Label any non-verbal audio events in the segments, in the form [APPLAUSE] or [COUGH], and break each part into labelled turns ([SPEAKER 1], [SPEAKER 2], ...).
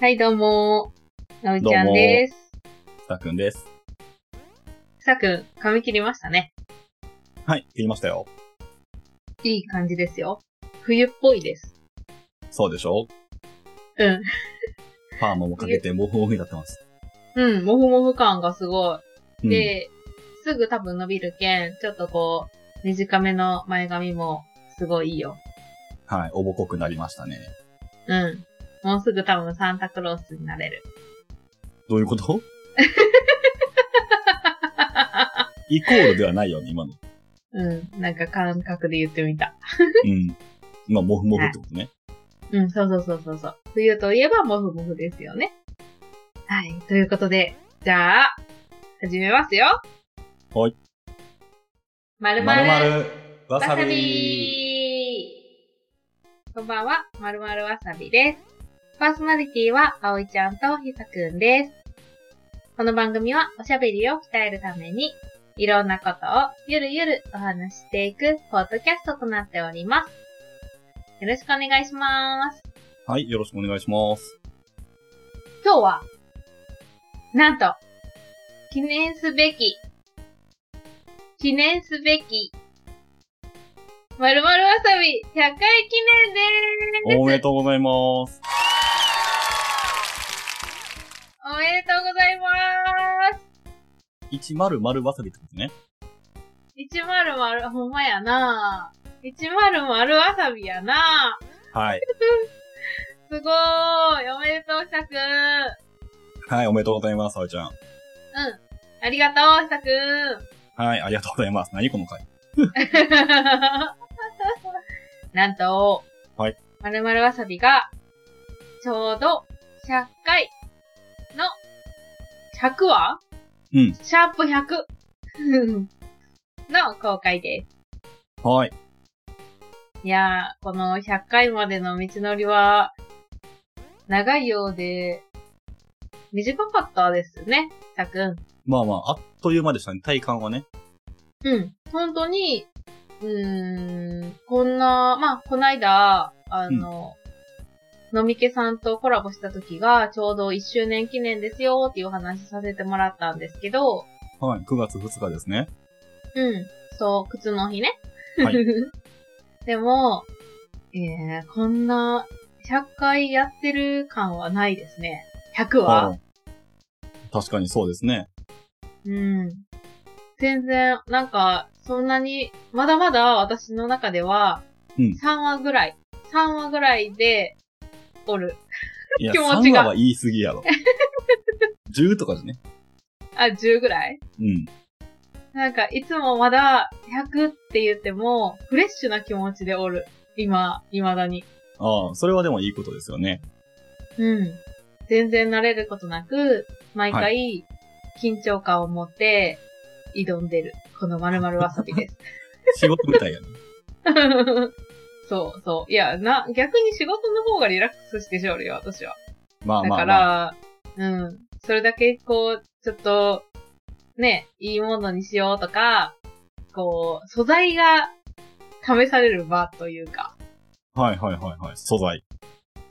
[SPEAKER 1] はい、どうもー。なおちゃんです。
[SPEAKER 2] さくんです。
[SPEAKER 1] さくん、髪切りましたね。
[SPEAKER 2] はい、切りましたよ。
[SPEAKER 1] いい感じですよ。冬っぽいです。
[SPEAKER 2] そうでしょ
[SPEAKER 1] うん。
[SPEAKER 2] パーマもかけて、もふもふになってます。
[SPEAKER 1] うん、もふもふ感がすご
[SPEAKER 2] う
[SPEAKER 1] い。
[SPEAKER 2] ん、
[SPEAKER 1] で、すぐ多分伸びるけん、ちょっとこう、短めの前髪もすごいいいよ。
[SPEAKER 2] はい、おぼこくなりましたね。
[SPEAKER 1] うん。もうすぐ多分サンタクロースになれる。
[SPEAKER 2] どういうこと [LAUGHS] イコールではないよね、今の。
[SPEAKER 1] うん、なんか感覚で言ってみた。
[SPEAKER 2] うん。まあ、もふもふってことね。
[SPEAKER 1] うん、そうそうそうそうそう。冬といえばもふもふですよね。はい、ということで、じゃあ、始めますよ。
[SPEAKER 2] はい。
[SPEAKER 1] まるま
[SPEAKER 2] まるま
[SPEAKER 1] る
[SPEAKER 2] る、わ
[SPEAKER 1] わ
[SPEAKER 2] さ
[SPEAKER 1] さ
[SPEAKER 2] び
[SPEAKER 1] びこんばんは、まるまるわさびです。パーソナリティは、あおいちゃんとひさくんです。この番組は、おしゃべりを鍛えるために、いろんなことをゆるゆるお話ししていく、ポッドキャストとなっております。よろしくお願いします。
[SPEAKER 2] はい、よろしくお願いします。
[SPEAKER 1] 今日は、なんと、記念すべき、記念すべき、まるまるわさび100回記念でーす
[SPEAKER 2] おめでとうございます。
[SPEAKER 1] おめでとうございまーす
[SPEAKER 2] 100わさびってことね。
[SPEAKER 1] !100 ほんまやなぁ。100わさびやなぁ。
[SPEAKER 2] はい。
[SPEAKER 1] すごーいおめでとう、ひさくん
[SPEAKER 2] はい、おめでとうございます、あおちゃん。
[SPEAKER 1] ありがとう、ひさくん
[SPEAKER 2] はい、ありがとうございます。何この回。
[SPEAKER 1] [LAUGHS] なんと、
[SPEAKER 2] はい。
[SPEAKER 1] まるまるわさびが、ちょうど、100回の、100話
[SPEAKER 2] うん
[SPEAKER 1] シャープ100の公開で
[SPEAKER 2] はい。
[SPEAKER 1] す。いやー、この100回までの道のりは、長いようで、短かったですね、たくん。
[SPEAKER 2] まあまあ、あっという間でしたね、体感はね。
[SPEAKER 1] うん。本当に、うーん、こんな、まあ、こないだ、あの、のみけさんとコラボした時が、ちょうど1周年記念ですよっていうお話させてもらったんですけど、
[SPEAKER 2] はい、9月2日ですね。
[SPEAKER 1] うん、そう、靴の日ね。
[SPEAKER 2] はい
[SPEAKER 1] [LAUGHS] でも、えー、こんな、100回やってる感はないですね。100は。
[SPEAKER 2] うん確かにそうですね。
[SPEAKER 1] うん。全然、なんか、そんなに、まだまだ私の中では、
[SPEAKER 2] うん
[SPEAKER 1] 3話ぐらい、3話ぐらいで、おる。
[SPEAKER 2] いや、
[SPEAKER 1] 気持ちが
[SPEAKER 2] 3話は言い過ぎやろ。10とかじゃね。
[SPEAKER 1] あ、10ぐらい
[SPEAKER 2] うん。
[SPEAKER 1] なんか、いつもまだ100って言っても、フレッシュな気持ちでおる。今、未だに。
[SPEAKER 2] ああ、それはでもいいことです
[SPEAKER 1] [LAUGHS]
[SPEAKER 2] よね。
[SPEAKER 1] うん。全然慣れることなく、毎回、緊張感を持って、挑んでる。この〇〇わさびです。
[SPEAKER 2] 仕事みたいやね。
[SPEAKER 1] [LAUGHS] そうそう。いや、な、逆に仕事の方がリラックスしてしょるよ、私は。
[SPEAKER 2] まあ
[SPEAKER 1] だ
[SPEAKER 2] ま
[SPEAKER 1] か
[SPEAKER 2] あ、まあ。
[SPEAKER 1] ら、うん。それだけ、こう、ちょっと、ね、いいものにしようとか、こう、素材が試される場というか、
[SPEAKER 2] はいはいはいはい。素材。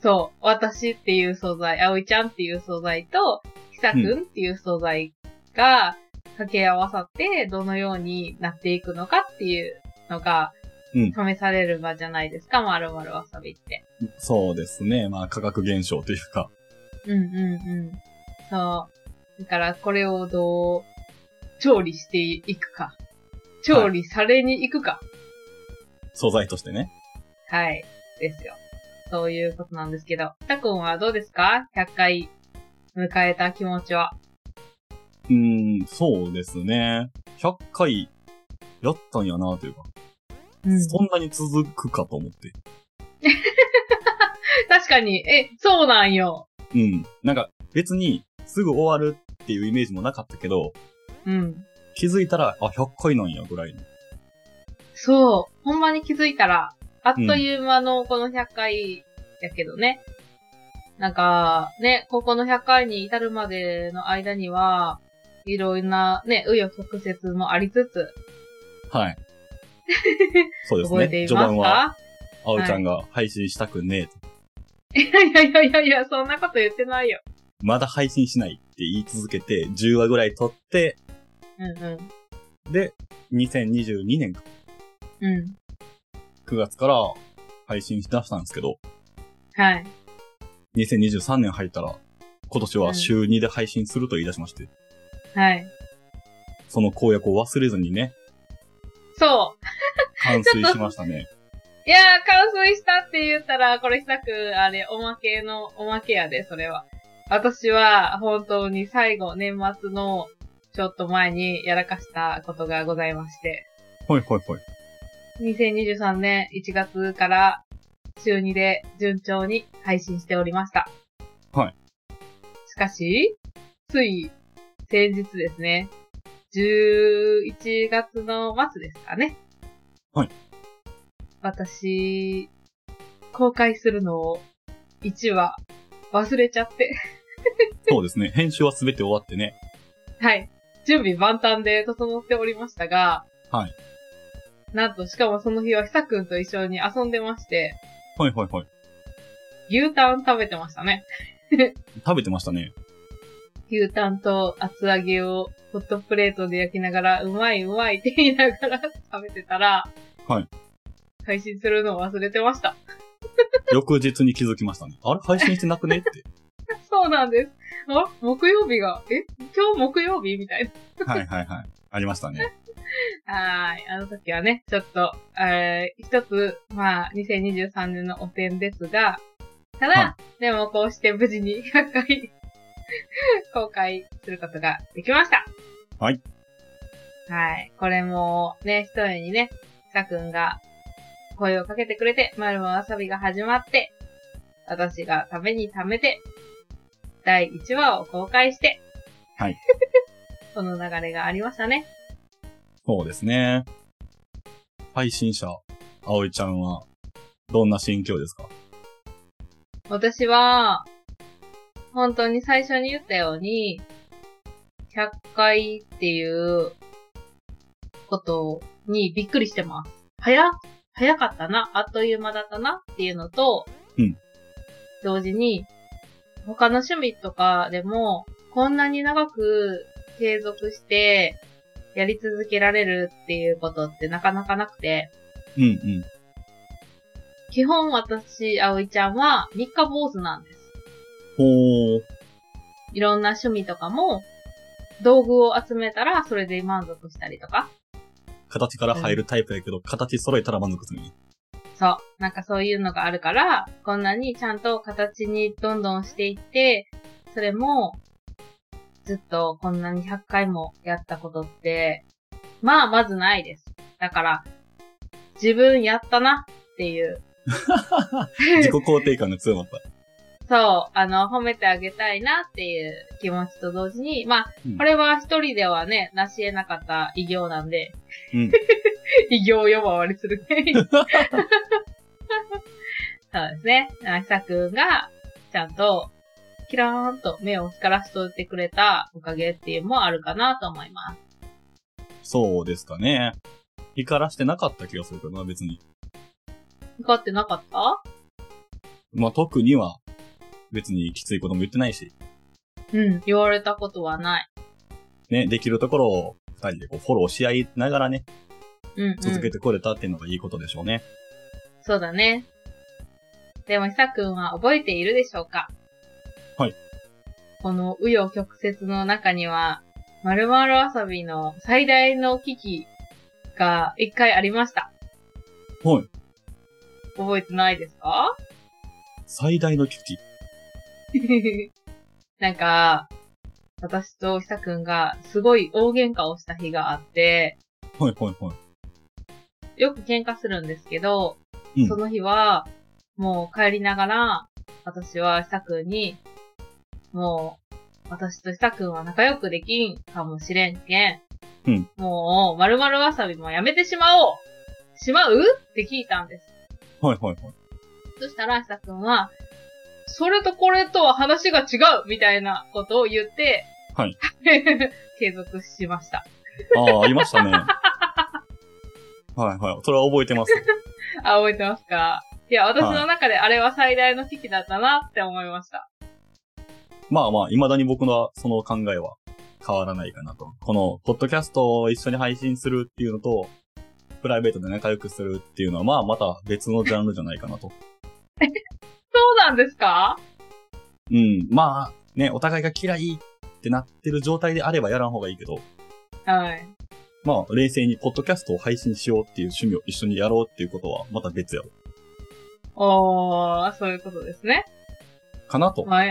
[SPEAKER 1] そう、私っていう素材、葵ちゃんっていう素材と、ひさくんっていう素材が掛け合わさって、どのようになっていくのかっていうのが、
[SPEAKER 2] うん
[SPEAKER 1] 試される場じゃないですか、まるまるわさびって。
[SPEAKER 2] そうですね。まあ、化学現象というか。
[SPEAKER 1] うんうんうん。そう。だから、これをどう、調理していくか。調理されに行くか。
[SPEAKER 2] 素材としてね。
[SPEAKER 1] はい。ですよ。そういうことなんですけど。たくんはどうですか ?100 回迎えた気持ちは。
[SPEAKER 2] うーん、そうですね。100回やったんやなというか、
[SPEAKER 1] うん
[SPEAKER 2] そんなに続くかと思って。
[SPEAKER 1] 確かに、え、そうなんよ。
[SPEAKER 2] うん。なんか、別に、すぐ終わるっていうイメージもなかったけど、
[SPEAKER 1] うん。
[SPEAKER 2] 気づいたら、あ、100回なんや、ぐらいの。
[SPEAKER 1] そう。ほんまに気づいたら、あっという間のこの100回やけどね。なんか、ね、ここの100回に至るまでの間には、いろいろなね、紆余曲折もありつつ、 [LAUGHS]
[SPEAKER 2] はい。そうです
[SPEAKER 1] 覚えて
[SPEAKER 2] ね。
[SPEAKER 1] い
[SPEAKER 2] 序
[SPEAKER 1] ます
[SPEAKER 2] 盤は、
[SPEAKER 1] か
[SPEAKER 2] あおちゃんが配信したくねえと。
[SPEAKER 1] [LAUGHS] いやいやいやいや、そんなこと言ってないよ。
[SPEAKER 2] まだ配信しないって言い続けて、10話ぐらい撮って、
[SPEAKER 1] うんうん。
[SPEAKER 2] で、2022年か
[SPEAKER 1] うん。
[SPEAKER 2] 9月から配信しだしたんですけど、
[SPEAKER 1] はい。
[SPEAKER 2] 2023年入ったら、今年は週2で配信すると言い出しまして、
[SPEAKER 1] はい。
[SPEAKER 2] その公約を忘れずにね、
[SPEAKER 1] そう。
[SPEAKER 2] 完遂しまし
[SPEAKER 1] [LAUGHS]
[SPEAKER 2] たね。
[SPEAKER 1] いやー、完遂したって言ったら、これ久く、あれ、おまけの、おまけやで、それは。私は、本当に最後、年末の、ちょっと前にやらかしたことがございまして、
[SPEAKER 2] ほいほいほい。
[SPEAKER 1] 2023年1月から、週2で順調に配信しておりました。
[SPEAKER 2] はい。
[SPEAKER 1] しかし、つい、先日ですね、11月の末ですかね。
[SPEAKER 2] はい。
[SPEAKER 1] 私、公開するのを1話忘れちゃって、 [LAUGHS]
[SPEAKER 2] そうですね。編集は全て終わってね。
[SPEAKER 1] はい。準備万端で整っておりましたが、
[SPEAKER 2] はい。
[SPEAKER 1] なんと、しかもその日は久くんと一緒に遊んでまして、
[SPEAKER 2] ほいほいほい。
[SPEAKER 1] 牛タン食べてましたね。
[SPEAKER 2] 食べてましたね。
[SPEAKER 1] 牛タンと厚揚げをホットプレートで焼きながら、うまいうまいって言いながら [LAUGHS] 食べてたら、
[SPEAKER 2] はい。
[SPEAKER 1] 配信するのを忘れてました。
[SPEAKER 2] 翌日に気づきましたね。あれ配信してなくねって。
[SPEAKER 1] そうなんです。あ木曜日が、え今日木曜日みたいな。
[SPEAKER 2] はいはいはい。ありましたね。
[SPEAKER 1] はーい。あの時はね、ちょっと、えー、一つ、まあ、2023年の汚点ですが、ただ、
[SPEAKER 2] は
[SPEAKER 1] でもこうして無事に100回、公開することができました。
[SPEAKER 2] はい。
[SPEAKER 1] はい。これも、ね、一重にね、さくんが声をかけてくれて、まるもわさびが始まって、私がためにためて、第1話を公開して、 [LAUGHS]
[SPEAKER 2] はい。
[SPEAKER 1] この流れがありましたね。
[SPEAKER 2] そうですね。配信者、葵ちゃんは、どんな心境ですか
[SPEAKER 1] 私は、本当に最初に言ったように、100回っていうことにびっくりしてます。早っ、早かったな、あっという間だったなっていうのと、
[SPEAKER 2] うん
[SPEAKER 1] 同時に、他の趣味とかでも、こんなに長く継続して、やり続けられるっていうことってなかなかなくて、
[SPEAKER 2] うんうん。
[SPEAKER 1] 基本私、葵ちゃんは三日坊主なんです。
[SPEAKER 2] ほー。
[SPEAKER 1] いろんな趣味とかも、道具を集めたらそれで満足したりとか、
[SPEAKER 2] 形から入るタイプやけど、形揃えたら満足するね。
[SPEAKER 1] そう、なんかそういうのがあるから、こんなにちゃんと形にどんどんしていって、それも、ずっとこんなに100回もやったことって、まあまずないです。だから、自分やったなっていう。
[SPEAKER 2] 自己肯定感が強まった。
[SPEAKER 1] そう、あの、褒めてあげたいなっていう気持ちと同時に、まあ
[SPEAKER 2] うん、
[SPEAKER 1] これは一人ではね、成し得なかった偉業なんで、
[SPEAKER 2] うん。
[SPEAKER 1] 異業呼ばわりす [LAUGHS] るね。そうですね。あさくんが、ちゃんと、キラーンと目を光らせておいてくれたおかげっていうのもあるかなと思います。
[SPEAKER 2] そうですかね。光らしてなかった気がするけどな、別に。
[SPEAKER 1] 光ってなかった
[SPEAKER 2] まあ、特には、別にきついことも言ってないし、
[SPEAKER 1] うん。言われたことはない。
[SPEAKER 2] ね、できるところを二人でこうフォローし合いながらね、
[SPEAKER 1] うん、うん。
[SPEAKER 2] 続けてこれたっていうのがいいことでしょうね。
[SPEAKER 1] そうだね。でも、ひさくんは覚えているでしょうか
[SPEAKER 2] はい。
[SPEAKER 1] この、紆余曲折の中には、まるまるわさびの最大の危機が一回ありました。
[SPEAKER 2] はい。
[SPEAKER 1] 覚えてないですか [LAUGHS]
[SPEAKER 2] 最大の危機。
[SPEAKER 1] なんか、私とひさくんがすごい大喧嘩をした日があって、
[SPEAKER 2] はいはいはい。
[SPEAKER 1] よく喧嘩するんですけど、
[SPEAKER 2] うん
[SPEAKER 1] その日は、もう帰りながら、私はひさくんに、もう、私とひさくんは仲良くできんかもしれんけん。
[SPEAKER 2] うん
[SPEAKER 1] もう、まるまるわさびもやめてしまおうしまうって聞いたんです。
[SPEAKER 2] はいはいはい。
[SPEAKER 1] そしたら、ひさくんは、それとこれとは話が違うみたいなことを言って、
[SPEAKER 2] はい。
[SPEAKER 1] [LAUGHS] 継続しました。
[SPEAKER 2] ああ、ありましたね。はいはい。それは覚えてます。
[SPEAKER 1] あ、覚えてますかいや、私の中であれは最大の危機だったなって思いました。
[SPEAKER 2] まあまあ、未だに僕のその考えは変わらないかなと。この、ポッドキャストを一緒に配信するっていうのと、プライベートで仲良くするっていうのは、まあまた別のジャンルじゃないかなと。
[SPEAKER 1] そうなんですか
[SPEAKER 2] うん。まあ、ね、お互いが嫌いってなってる状態であればやらん方がいいけど、
[SPEAKER 1] はい。
[SPEAKER 2] まあ、冷静にポッドキャストを配信しようっていう趣味を一緒にやろうっていうことは、また別やろ。
[SPEAKER 1] おー、そういうことですね。
[SPEAKER 2] かなと。
[SPEAKER 1] まあ、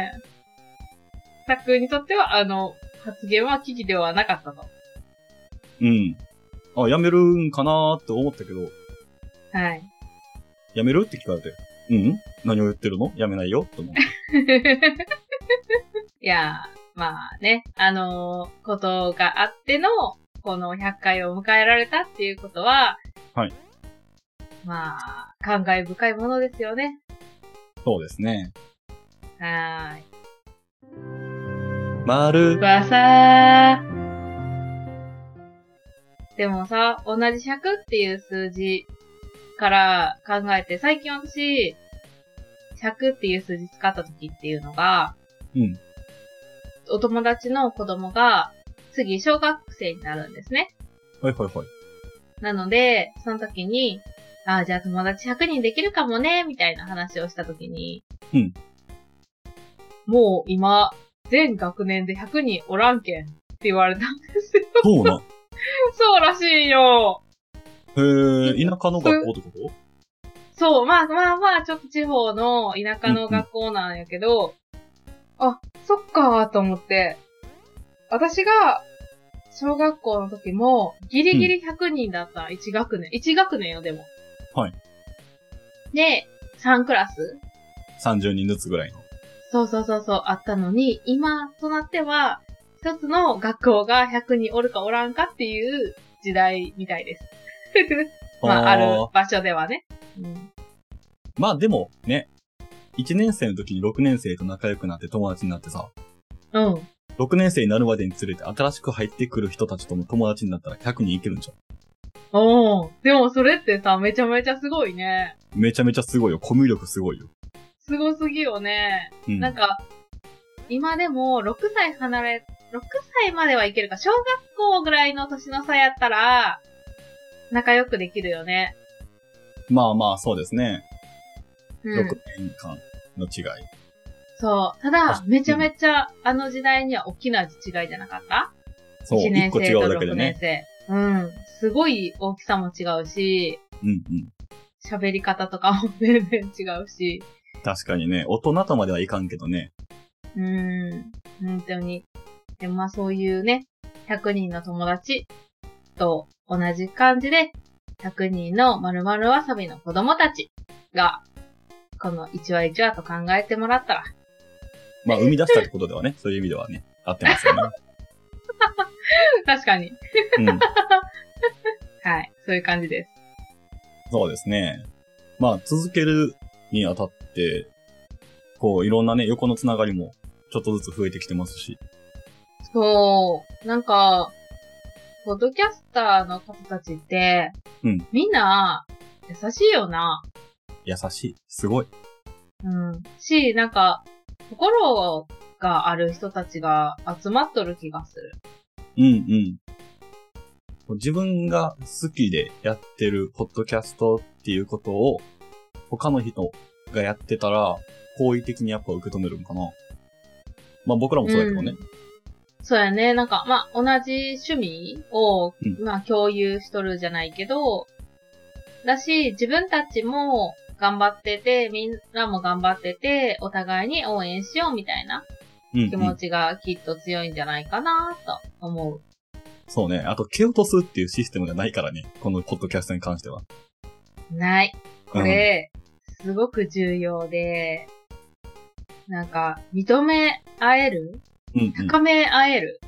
[SPEAKER 1] さっくんにとっては、あの、発言は危機ではなかったと。
[SPEAKER 2] うん。あ、やめるんかなーって思ったけど、
[SPEAKER 1] はい。
[SPEAKER 2] やめるって聞かれて、うん何を言ってるのやめないよって
[SPEAKER 1] [LAUGHS]
[SPEAKER 2] 思う。
[SPEAKER 1] いやー、まあね、あのーことがあっての、この100回を迎えられたっていうことは、
[SPEAKER 2] はい。
[SPEAKER 1] まあ、感慨深いものですよね。
[SPEAKER 2] そうですね。
[SPEAKER 1] はーい。
[SPEAKER 2] ま
[SPEAKER 1] う
[SPEAKER 2] る、
[SPEAKER 1] わさー。でもさ、同じ100っていう数字から考えて、最近私、100っていう数字使った時っていうのが、
[SPEAKER 2] うん。
[SPEAKER 1] お友達の子供が、次、小学生になるんですね。
[SPEAKER 2] はいはいはい。
[SPEAKER 1] なので、その時に、ああ、じゃあ友達100人できるかもね、みたいな話をした時に、
[SPEAKER 2] うん。
[SPEAKER 1] もう今、全学年で100人おらんけんって言われたん [LAUGHS] ですよ。
[SPEAKER 2] そうな。
[SPEAKER 1] そうらしいよ。[LAUGHS]
[SPEAKER 2] へえ、田舎の学校ってこと
[SPEAKER 1] そう、まあまあまあ、ちょっと地方の田舎の学校なんやけど、あ、そっかーと思って、私が、小学校の時も、ギリギリ100人だった、1学年。1学年よ、でも。
[SPEAKER 2] はい。
[SPEAKER 1] で、3クラス
[SPEAKER 2] ?30 人ずつぐらいの。
[SPEAKER 1] そうそうそうそう、あったのに、今となっては、一つの学校が100人おるかおらんかっていう時代みたいです。 [LAUGHS] まあ、ある
[SPEAKER 2] ー
[SPEAKER 1] 場所ではね。うん
[SPEAKER 2] まあでも、ね。1年生の時に6年生と仲良くなって友達になってさ、
[SPEAKER 1] うん。
[SPEAKER 2] 6年生になるまでにつれて新しく入ってくる人たちとも友達になったら100人いけるんじゃ
[SPEAKER 1] おーでもそれってさ、めちゃめちゃすごいね。
[SPEAKER 2] ん。めちゃめちゃすごいよ。コミュ力すごいよ。
[SPEAKER 1] すごすぎよね。
[SPEAKER 2] うん。
[SPEAKER 1] なんか、今でも6歳離れ、6歳まではいけるか、小学校ぐらいの年の差やったら、仲良くできるよね。
[SPEAKER 2] まあまあ、そうですね。
[SPEAKER 1] う
[SPEAKER 2] 6
[SPEAKER 1] ん。
[SPEAKER 2] 年間の違い。
[SPEAKER 1] そう。た
[SPEAKER 2] あ
[SPEAKER 1] だ、めちゃめちゃ、あの時代には大きな違いじゃなかった
[SPEAKER 2] そう、
[SPEAKER 1] 一
[SPEAKER 2] 1
[SPEAKER 1] 年
[SPEAKER 2] 個
[SPEAKER 1] 生
[SPEAKER 2] 違
[SPEAKER 1] と
[SPEAKER 2] うだけで
[SPEAKER 1] 6年
[SPEAKER 2] ね。
[SPEAKER 1] 生。うん。すごい大きさも違うし、
[SPEAKER 2] うんうん。
[SPEAKER 1] 喋り方とかも全然違うし。
[SPEAKER 2] 確かにね、大人とまではいかんけどね。
[SPEAKER 1] うーん、本当に。でもまあそういうね、100人の友達と同じ感じで、100人の〇〇わさびの子供たちが、この一話一話と考えてもらったら、 [LAUGHS]
[SPEAKER 2] まあ、生み出したってことではね、そういう意味ではね、合ってますよね。 [LAUGHS]
[SPEAKER 1] 確かに。
[SPEAKER 2] うん。
[SPEAKER 1] はい、そういう感じです。
[SPEAKER 2] そうですね。まあ、続けるにあたって、こう、いろんなね、横のつながりも、ちょっとずつ増えてきてますし。
[SPEAKER 1] そう、なんか、ポッドキャスターの方たちって、
[SPEAKER 2] うん
[SPEAKER 1] みんな、優しいよな。
[SPEAKER 2] 優しい。すごい。
[SPEAKER 1] うん。し、なんか、心がある人たちが集まっとる気がする。
[SPEAKER 2] うんうん。こう自分が好きでやってるポッドキャストっていうことを、他の人がやってたら、好意的にやっぱ受け止めるんかな。まあ僕らもそうだけどね。
[SPEAKER 1] そうやね。なんか、まあ、同じ趣味を、
[SPEAKER 2] う
[SPEAKER 1] まあ、共有しとるじゃないけど、だし、自分たちも頑張ってて、みんなも頑張ってて、お互いに応援しようみたいな
[SPEAKER 2] うん、
[SPEAKER 1] 気
[SPEAKER 2] う
[SPEAKER 1] 持
[SPEAKER 2] ん。
[SPEAKER 1] ちがきっと強いんじゃないかなと思う。
[SPEAKER 2] そうね。あと、蹴落とすっていうシステムがないからね。このポッドキャストに関しては。
[SPEAKER 1] ない。こ
[SPEAKER 2] うん
[SPEAKER 1] れ、すごく重要で、なんか、認め合える
[SPEAKER 2] うん、うん。
[SPEAKER 1] 高め合える。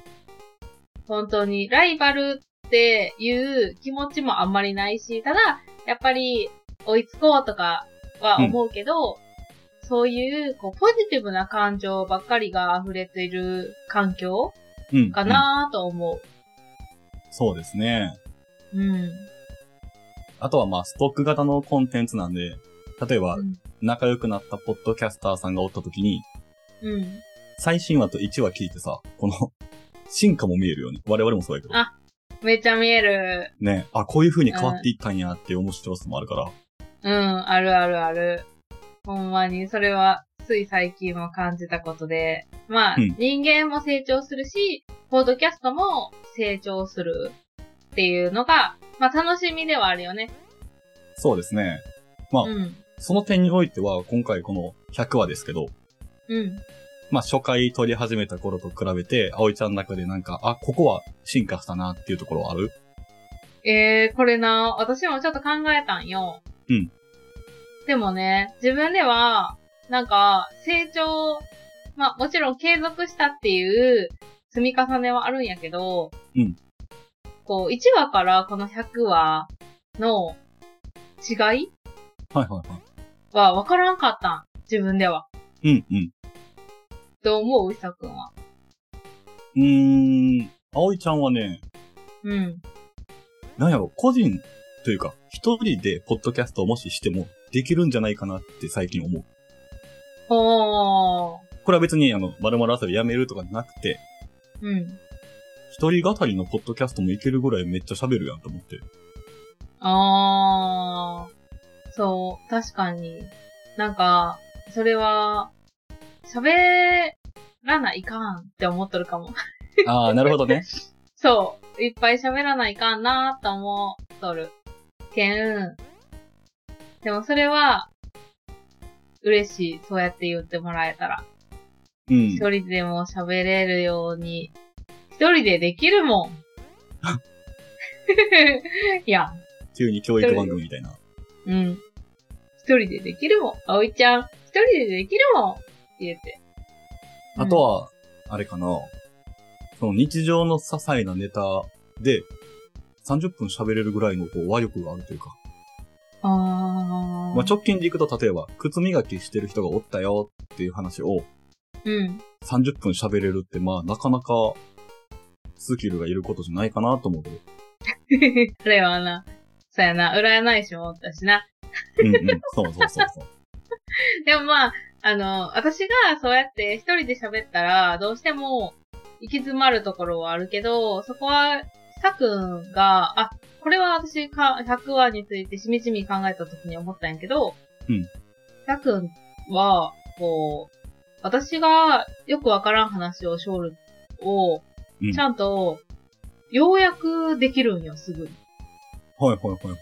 [SPEAKER 1] 本当に、ライバルっていう気持ちもあんまりないし、ただ、やっぱり追いつこうとかは思うけど、そういう、こう、ポジティブな感情ばっかりが溢れている環境
[SPEAKER 2] うん
[SPEAKER 1] かなぁと思
[SPEAKER 2] うんそうですね。
[SPEAKER 1] う。うん。
[SPEAKER 2] あとはまあ、ストック型のコンテンツなんで、例えば
[SPEAKER 1] う、ん。
[SPEAKER 2] 仲良くなったポッドキャスターさんがおった時に、
[SPEAKER 1] うん。
[SPEAKER 2] 最新話と1話聞いてさ、この、進化も見えるよね。我々もそうやけど
[SPEAKER 1] あ。めっちゃ見える。
[SPEAKER 2] ね。あ、こういう風に変わっていったんやっていう面白さもあるから。
[SPEAKER 1] うん、あるあるある。ほんまに、それは、つい最近も感じたことで。まあ、
[SPEAKER 2] うん
[SPEAKER 1] 人間も成長するし、ポードキャストも成長するっていうのが、まあ楽しみではあるよね。
[SPEAKER 2] そうですね。あ
[SPEAKER 1] うん。
[SPEAKER 2] その点においては、今回この100話ですけど、
[SPEAKER 1] うん。
[SPEAKER 2] まあ初回撮り始めた頃と比べて、葵ちゃんの中でなんか、あ、ここは進化したなっていうところはある
[SPEAKER 1] えー、これな、私もちょっと考えたんよ。
[SPEAKER 2] うん。
[SPEAKER 1] でもね、自分では、なんか、成長、まあもちろん継続したっていう積み重ねはあるんやけど、
[SPEAKER 2] うん。
[SPEAKER 1] こう、1話からこの100話の違い
[SPEAKER 2] はいはいは
[SPEAKER 1] は分からんかったん。自分では。
[SPEAKER 2] い。うんうん。
[SPEAKER 1] どう思ううさくんは。
[SPEAKER 2] うーん、葵ちゃんはね、
[SPEAKER 1] うん。
[SPEAKER 2] なんやろ、個人というか、一人でポッドキャストをもししてもできるんじゃないかなって最近思う。
[SPEAKER 1] ほー。
[SPEAKER 2] これは別に、あの、まるまる遊びやめるとかじゃなくて、
[SPEAKER 1] うん。
[SPEAKER 2] 一人語りのポッドキャストもいけるぐらいめっちゃ喋るやんと思 [LAUGHS] って。
[SPEAKER 1] あー、そう、確かに。なんか、それは、喋らないかんって思っとるかも。 [LAUGHS]
[SPEAKER 2] ああ、なるほどね。
[SPEAKER 1] そう、いっぱい喋らないかんなーと思っとる。けん。でもそれは、嬉しい。そうやって言ってもらえたら。
[SPEAKER 2] うん
[SPEAKER 1] 一。人でも喋れるように。一人でできるも
[SPEAKER 2] [LAUGHS]
[SPEAKER 1] ん。 [LAUGHS] いや。
[SPEAKER 2] 急に教育番組みたいな。
[SPEAKER 1] うん。一人でできるもん。葵ちゃん、一人でできるもんって言って。
[SPEAKER 2] あとは、あれかな。その日常の些細なネタで、30分喋れるぐらいのこう和力があるというか。
[SPEAKER 1] うん、あー。
[SPEAKER 2] まあ、直近で行くと、例えば、靴磨きしてる人がおったよっていう話を、
[SPEAKER 1] うん。 [LAUGHS]
[SPEAKER 2] 30分喋れるって、まあ、なかなか、スキルがいることじゃないかなと思うけど。
[SPEAKER 1] あれはな、そうやな、占い師もおったしな。
[SPEAKER 2] うんうん。そうそうそう [LAUGHS] そう。
[SPEAKER 1] [LAUGHS] でもまあ、あの、私がそうやって一人で喋ったら、どうしても行き詰まるところはあるけど、そこは、さくんが、あ、これは私か、100話についてしみじみ考えた時に思ったんやけど、
[SPEAKER 2] うん。
[SPEAKER 1] さくんは、こう、私がよくわからん話をしょるを
[SPEAKER 2] うん、
[SPEAKER 1] ちゃんと、ようやくできるんよ、すぐ。
[SPEAKER 2] はいはいはいはい。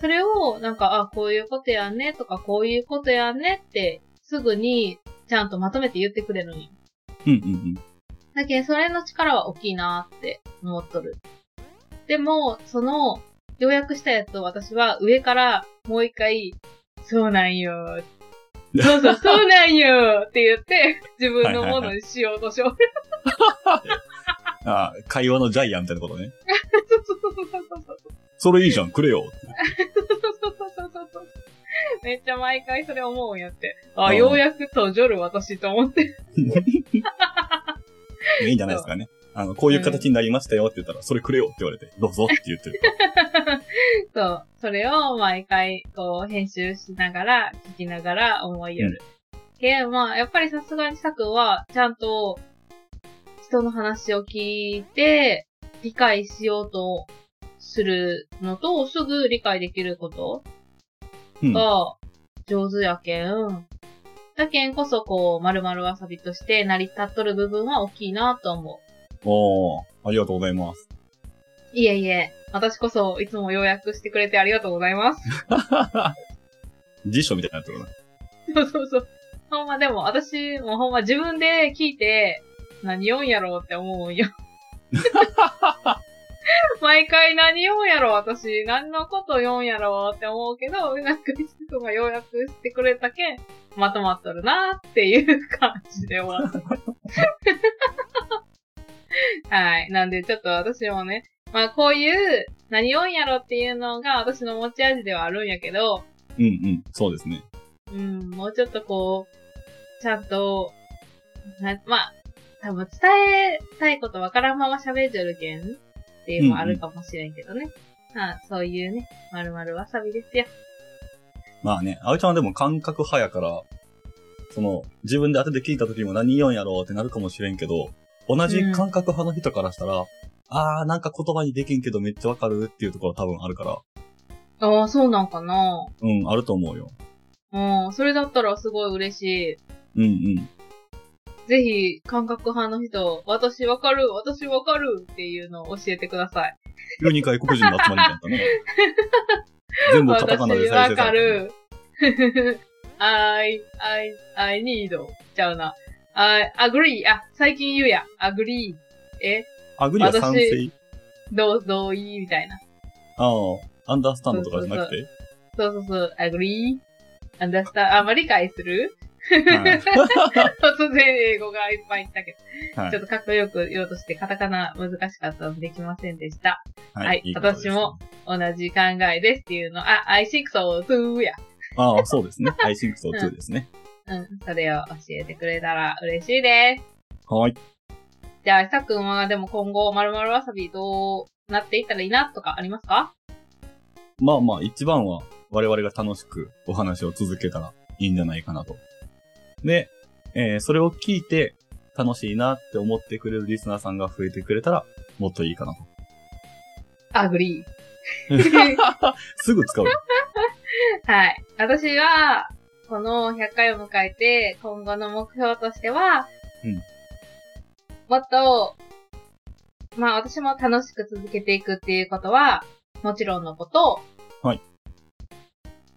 [SPEAKER 1] それを、なんか、あ、こういうことやね、とか、こういうことやねって、すぐに、ちゃんとまとめて言ってくれるんよ。
[SPEAKER 2] うんうんうん。
[SPEAKER 1] だけど、それの力は大きいなって思っとる。でも、その、要約したやつを私は上からもう一回、そうなんよ。そうそう、そうなんよって言って、
[SPEAKER 2] [LAUGHS]
[SPEAKER 1] 自分のものにしようとしよう。
[SPEAKER 2] あー会話のジャイアンみたいなことね。
[SPEAKER 1] そうそうそうそうそうそう
[SPEAKER 2] それいいじゃん、くれよ。
[SPEAKER 1] そうそうそうそう。めっちゃ毎回それ思うんやって。あ、
[SPEAKER 2] うん
[SPEAKER 1] ようやくとジョル私と思って。
[SPEAKER 2] いいんじゃないですかね。あの、こういう形になりましたよって言ったら、それくれよって言われて、どうぞって言ってる。
[SPEAKER 1] そう。それを毎回、こう、編集しながら、聞きながら思いやる。で、まあ、やっぱりさすがにさくんは、ちゃんと、人の話を聞いて、理解しようとするのと、すぐ理解できること
[SPEAKER 2] うん。
[SPEAKER 1] が、上手やけん。だけんこそ、こう、まるまるわさびとして成り立っとる部分は大きいなと思う。
[SPEAKER 2] おー、ありがとうございます。
[SPEAKER 1] いえいえ、私こそ、いつも要約してくれてありがとうございます。
[SPEAKER 2] 辞書みたいになってるな。
[SPEAKER 1] [LAUGHS] そうそうそう。ほんまでも、私もほんま自分で聞いて、何読んやろうって思うんよ。毎回何読んやろう私、何のこと読んやろうって思うけど、なんか一人が要約してくれたけん、まとまっとるなっていう感じでは。はい。なんで、ちょっと私もね、まあこういう、何読んやろっていうのが私の持ち味ではあるんやけど、
[SPEAKER 2] うんうん。そうですね。
[SPEAKER 1] うん、もうちょっとこう、ちゃんと、なまあ、多分伝えたいことわからんまま喋っちゃるけんっていうのもあるかもしれんけどね。まあ、そういうね、まるまるわさびですよ。
[SPEAKER 2] まあね、あおいちゃんはでも感覚派やから、その、自分で当てて聞いた時も何言うんやろうってなるかもしれんけど、同じ感覚派の人からしたら、あーなんか言葉にできんけどめっちゃわかるっていうところ多分あるから、
[SPEAKER 1] ああ、そうなんかな
[SPEAKER 2] うん、あると思うよ。
[SPEAKER 1] うん、それだったらすごい嬉しい。
[SPEAKER 2] うんうん。
[SPEAKER 1] ぜひ、感覚派の人、私わかる、私わかるっていうのを教えてください。
[SPEAKER 2] 急に外国人の集まりみたいになったね。全部カタカナ
[SPEAKER 1] 私
[SPEAKER 2] で再
[SPEAKER 1] わ
[SPEAKER 2] 生さ
[SPEAKER 1] か
[SPEAKER 2] れた。
[SPEAKER 1] る。I, I, I need. ちゃうな。I agree. あ、最近言うや。agree. え
[SPEAKER 2] アグリは賛成
[SPEAKER 1] どう、同意みたいな。
[SPEAKER 2] ああ、アンダースタンドとかじゃなくて
[SPEAKER 1] そうそうそう。agree. understand. あ、まあ、理解する
[SPEAKER 2] は
[SPEAKER 1] [LAUGHS] 突然英語がいっぱい言ったけど。
[SPEAKER 2] いは
[SPEAKER 1] ちょっとかっこよく言おうとして、カタカナ難しかったのでできませんでした。
[SPEAKER 2] い。
[SPEAKER 1] はい
[SPEAKER 2] いいことですね
[SPEAKER 1] 私も。同じ考えですっていうの。あ、I think so too や。
[SPEAKER 2] ああ、そ
[SPEAKER 1] [LAUGHS]
[SPEAKER 2] うですね。I think so
[SPEAKER 1] う
[SPEAKER 2] too
[SPEAKER 1] ん
[SPEAKER 2] ですね。
[SPEAKER 1] うん、それを教えてくれたら嬉しいです。
[SPEAKER 2] はい。
[SPEAKER 1] じゃあ、久くんはでも今後、まるまるわさびどうなっていったらいいなとかありますか
[SPEAKER 2] まあまあ、一番は我々が楽しくお話を続けたらいいんじゃないかなと。で、えーそれを聞いて楽しいなって思ってくれるリスナーさんが増えてくれたらもっといいかなと。
[SPEAKER 1] アグリー。 [LAUGHS]
[SPEAKER 2] すぐ使うよ。
[SPEAKER 1] はい。私は、この100回を迎えて、今後の目標としては、
[SPEAKER 2] うん
[SPEAKER 1] もっと、まあ私も楽しく続けていくっていうことは、もちろんのこと、
[SPEAKER 2] はい。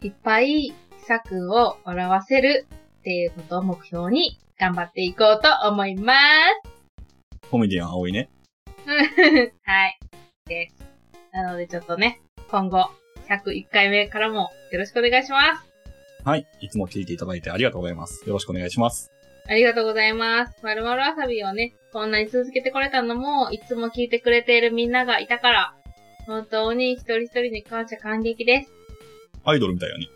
[SPEAKER 1] いっぱい、さくんを笑わせるっていうことを目標に頑張っていこうと思いま
[SPEAKER 2] コメディアン葵ね。
[SPEAKER 1] す。 [LAUGHS] はい。です。なのでちょっとね、今後、101回目からもよろしくお願いします。
[SPEAKER 2] はい。いつも聞いていただいてありがとうございます。よろしくお願いします。
[SPEAKER 1] ありがとうございます。まるまるわさびをね、こんなに続けてこれたのも、いつも聞いてくれているみんながいたから、本当に一人一人に感謝感激です。
[SPEAKER 2] アイドルみたいやね。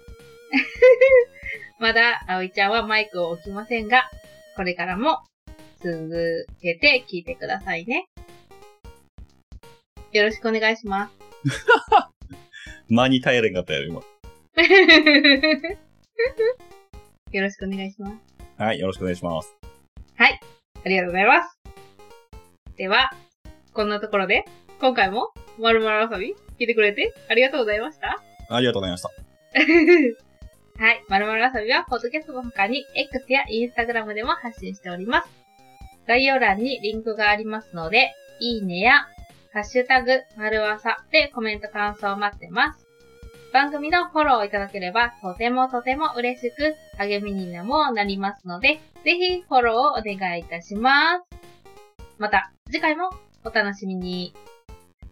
[SPEAKER 1] まだ、あおいちゃんはマイクを置きませんが、これからも続けて聞いてくださいね。よろしくお願いします。
[SPEAKER 2] 間に耐えれんかったよ、今。
[SPEAKER 1] [LAUGHS] よろしくお願いします。
[SPEAKER 2] はい。よろしくお願いします。
[SPEAKER 1] ありがとうございます。では、こんなところで、今回も、まるまるわさび、聞いてくれてありがとうございました。 [LAUGHS]
[SPEAKER 2] ありがとうございました。
[SPEAKER 1] はい。まるまる遊びは、ポッドキャストの他に、X や Instagram でも発信しております。概要欄にリンクがありますので、いいねや、ハッシュタグ、まるわさでコメント感想を待ってます。番組のフォローをいただければ、とてもとても嬉しく、励みにもなりますので、ぜひフォローをお願いいたします。また、次回もお楽しみに。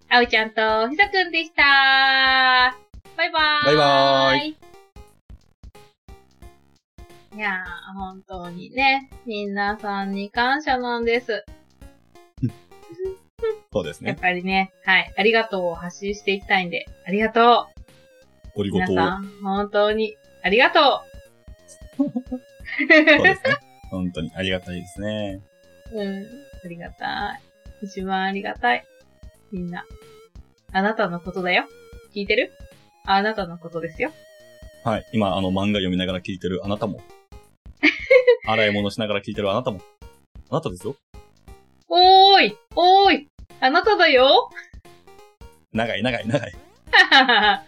[SPEAKER 1] あおいちゃんとひさくんでしたバイバーイ
[SPEAKER 2] バイバー
[SPEAKER 1] いやー、本当にね、皆さんに感謝なんです。
[SPEAKER 2] そうです
[SPEAKER 1] やっ
[SPEAKER 2] ね。
[SPEAKER 1] ぱりね、はい、ありがとうを発信していきたいんで、ありがと
[SPEAKER 2] おり
[SPEAKER 1] う
[SPEAKER 2] ご
[SPEAKER 1] 皆
[SPEAKER 2] とを。
[SPEAKER 1] さん、本当に、ありがと
[SPEAKER 2] そう
[SPEAKER 1] う
[SPEAKER 2] ですね。本当にありがたいですね。
[SPEAKER 1] うん、ありがたい。一番ありがたい。みんな。あなたのことだよ。聞いてるあなたのことですよ。
[SPEAKER 2] はい。今、あの、漫画読みながら聞いてるあなたも。洗い物しながら聞いてるあなたも。あなたですよ。
[SPEAKER 1] おーいおーいあなただよ
[SPEAKER 2] 長い長い長い。
[SPEAKER 1] は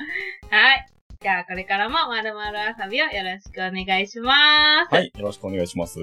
[SPEAKER 1] い。じゃあ、これからもまるまる遊びをよろしくお願いします。
[SPEAKER 2] はい。よろしくお願いします。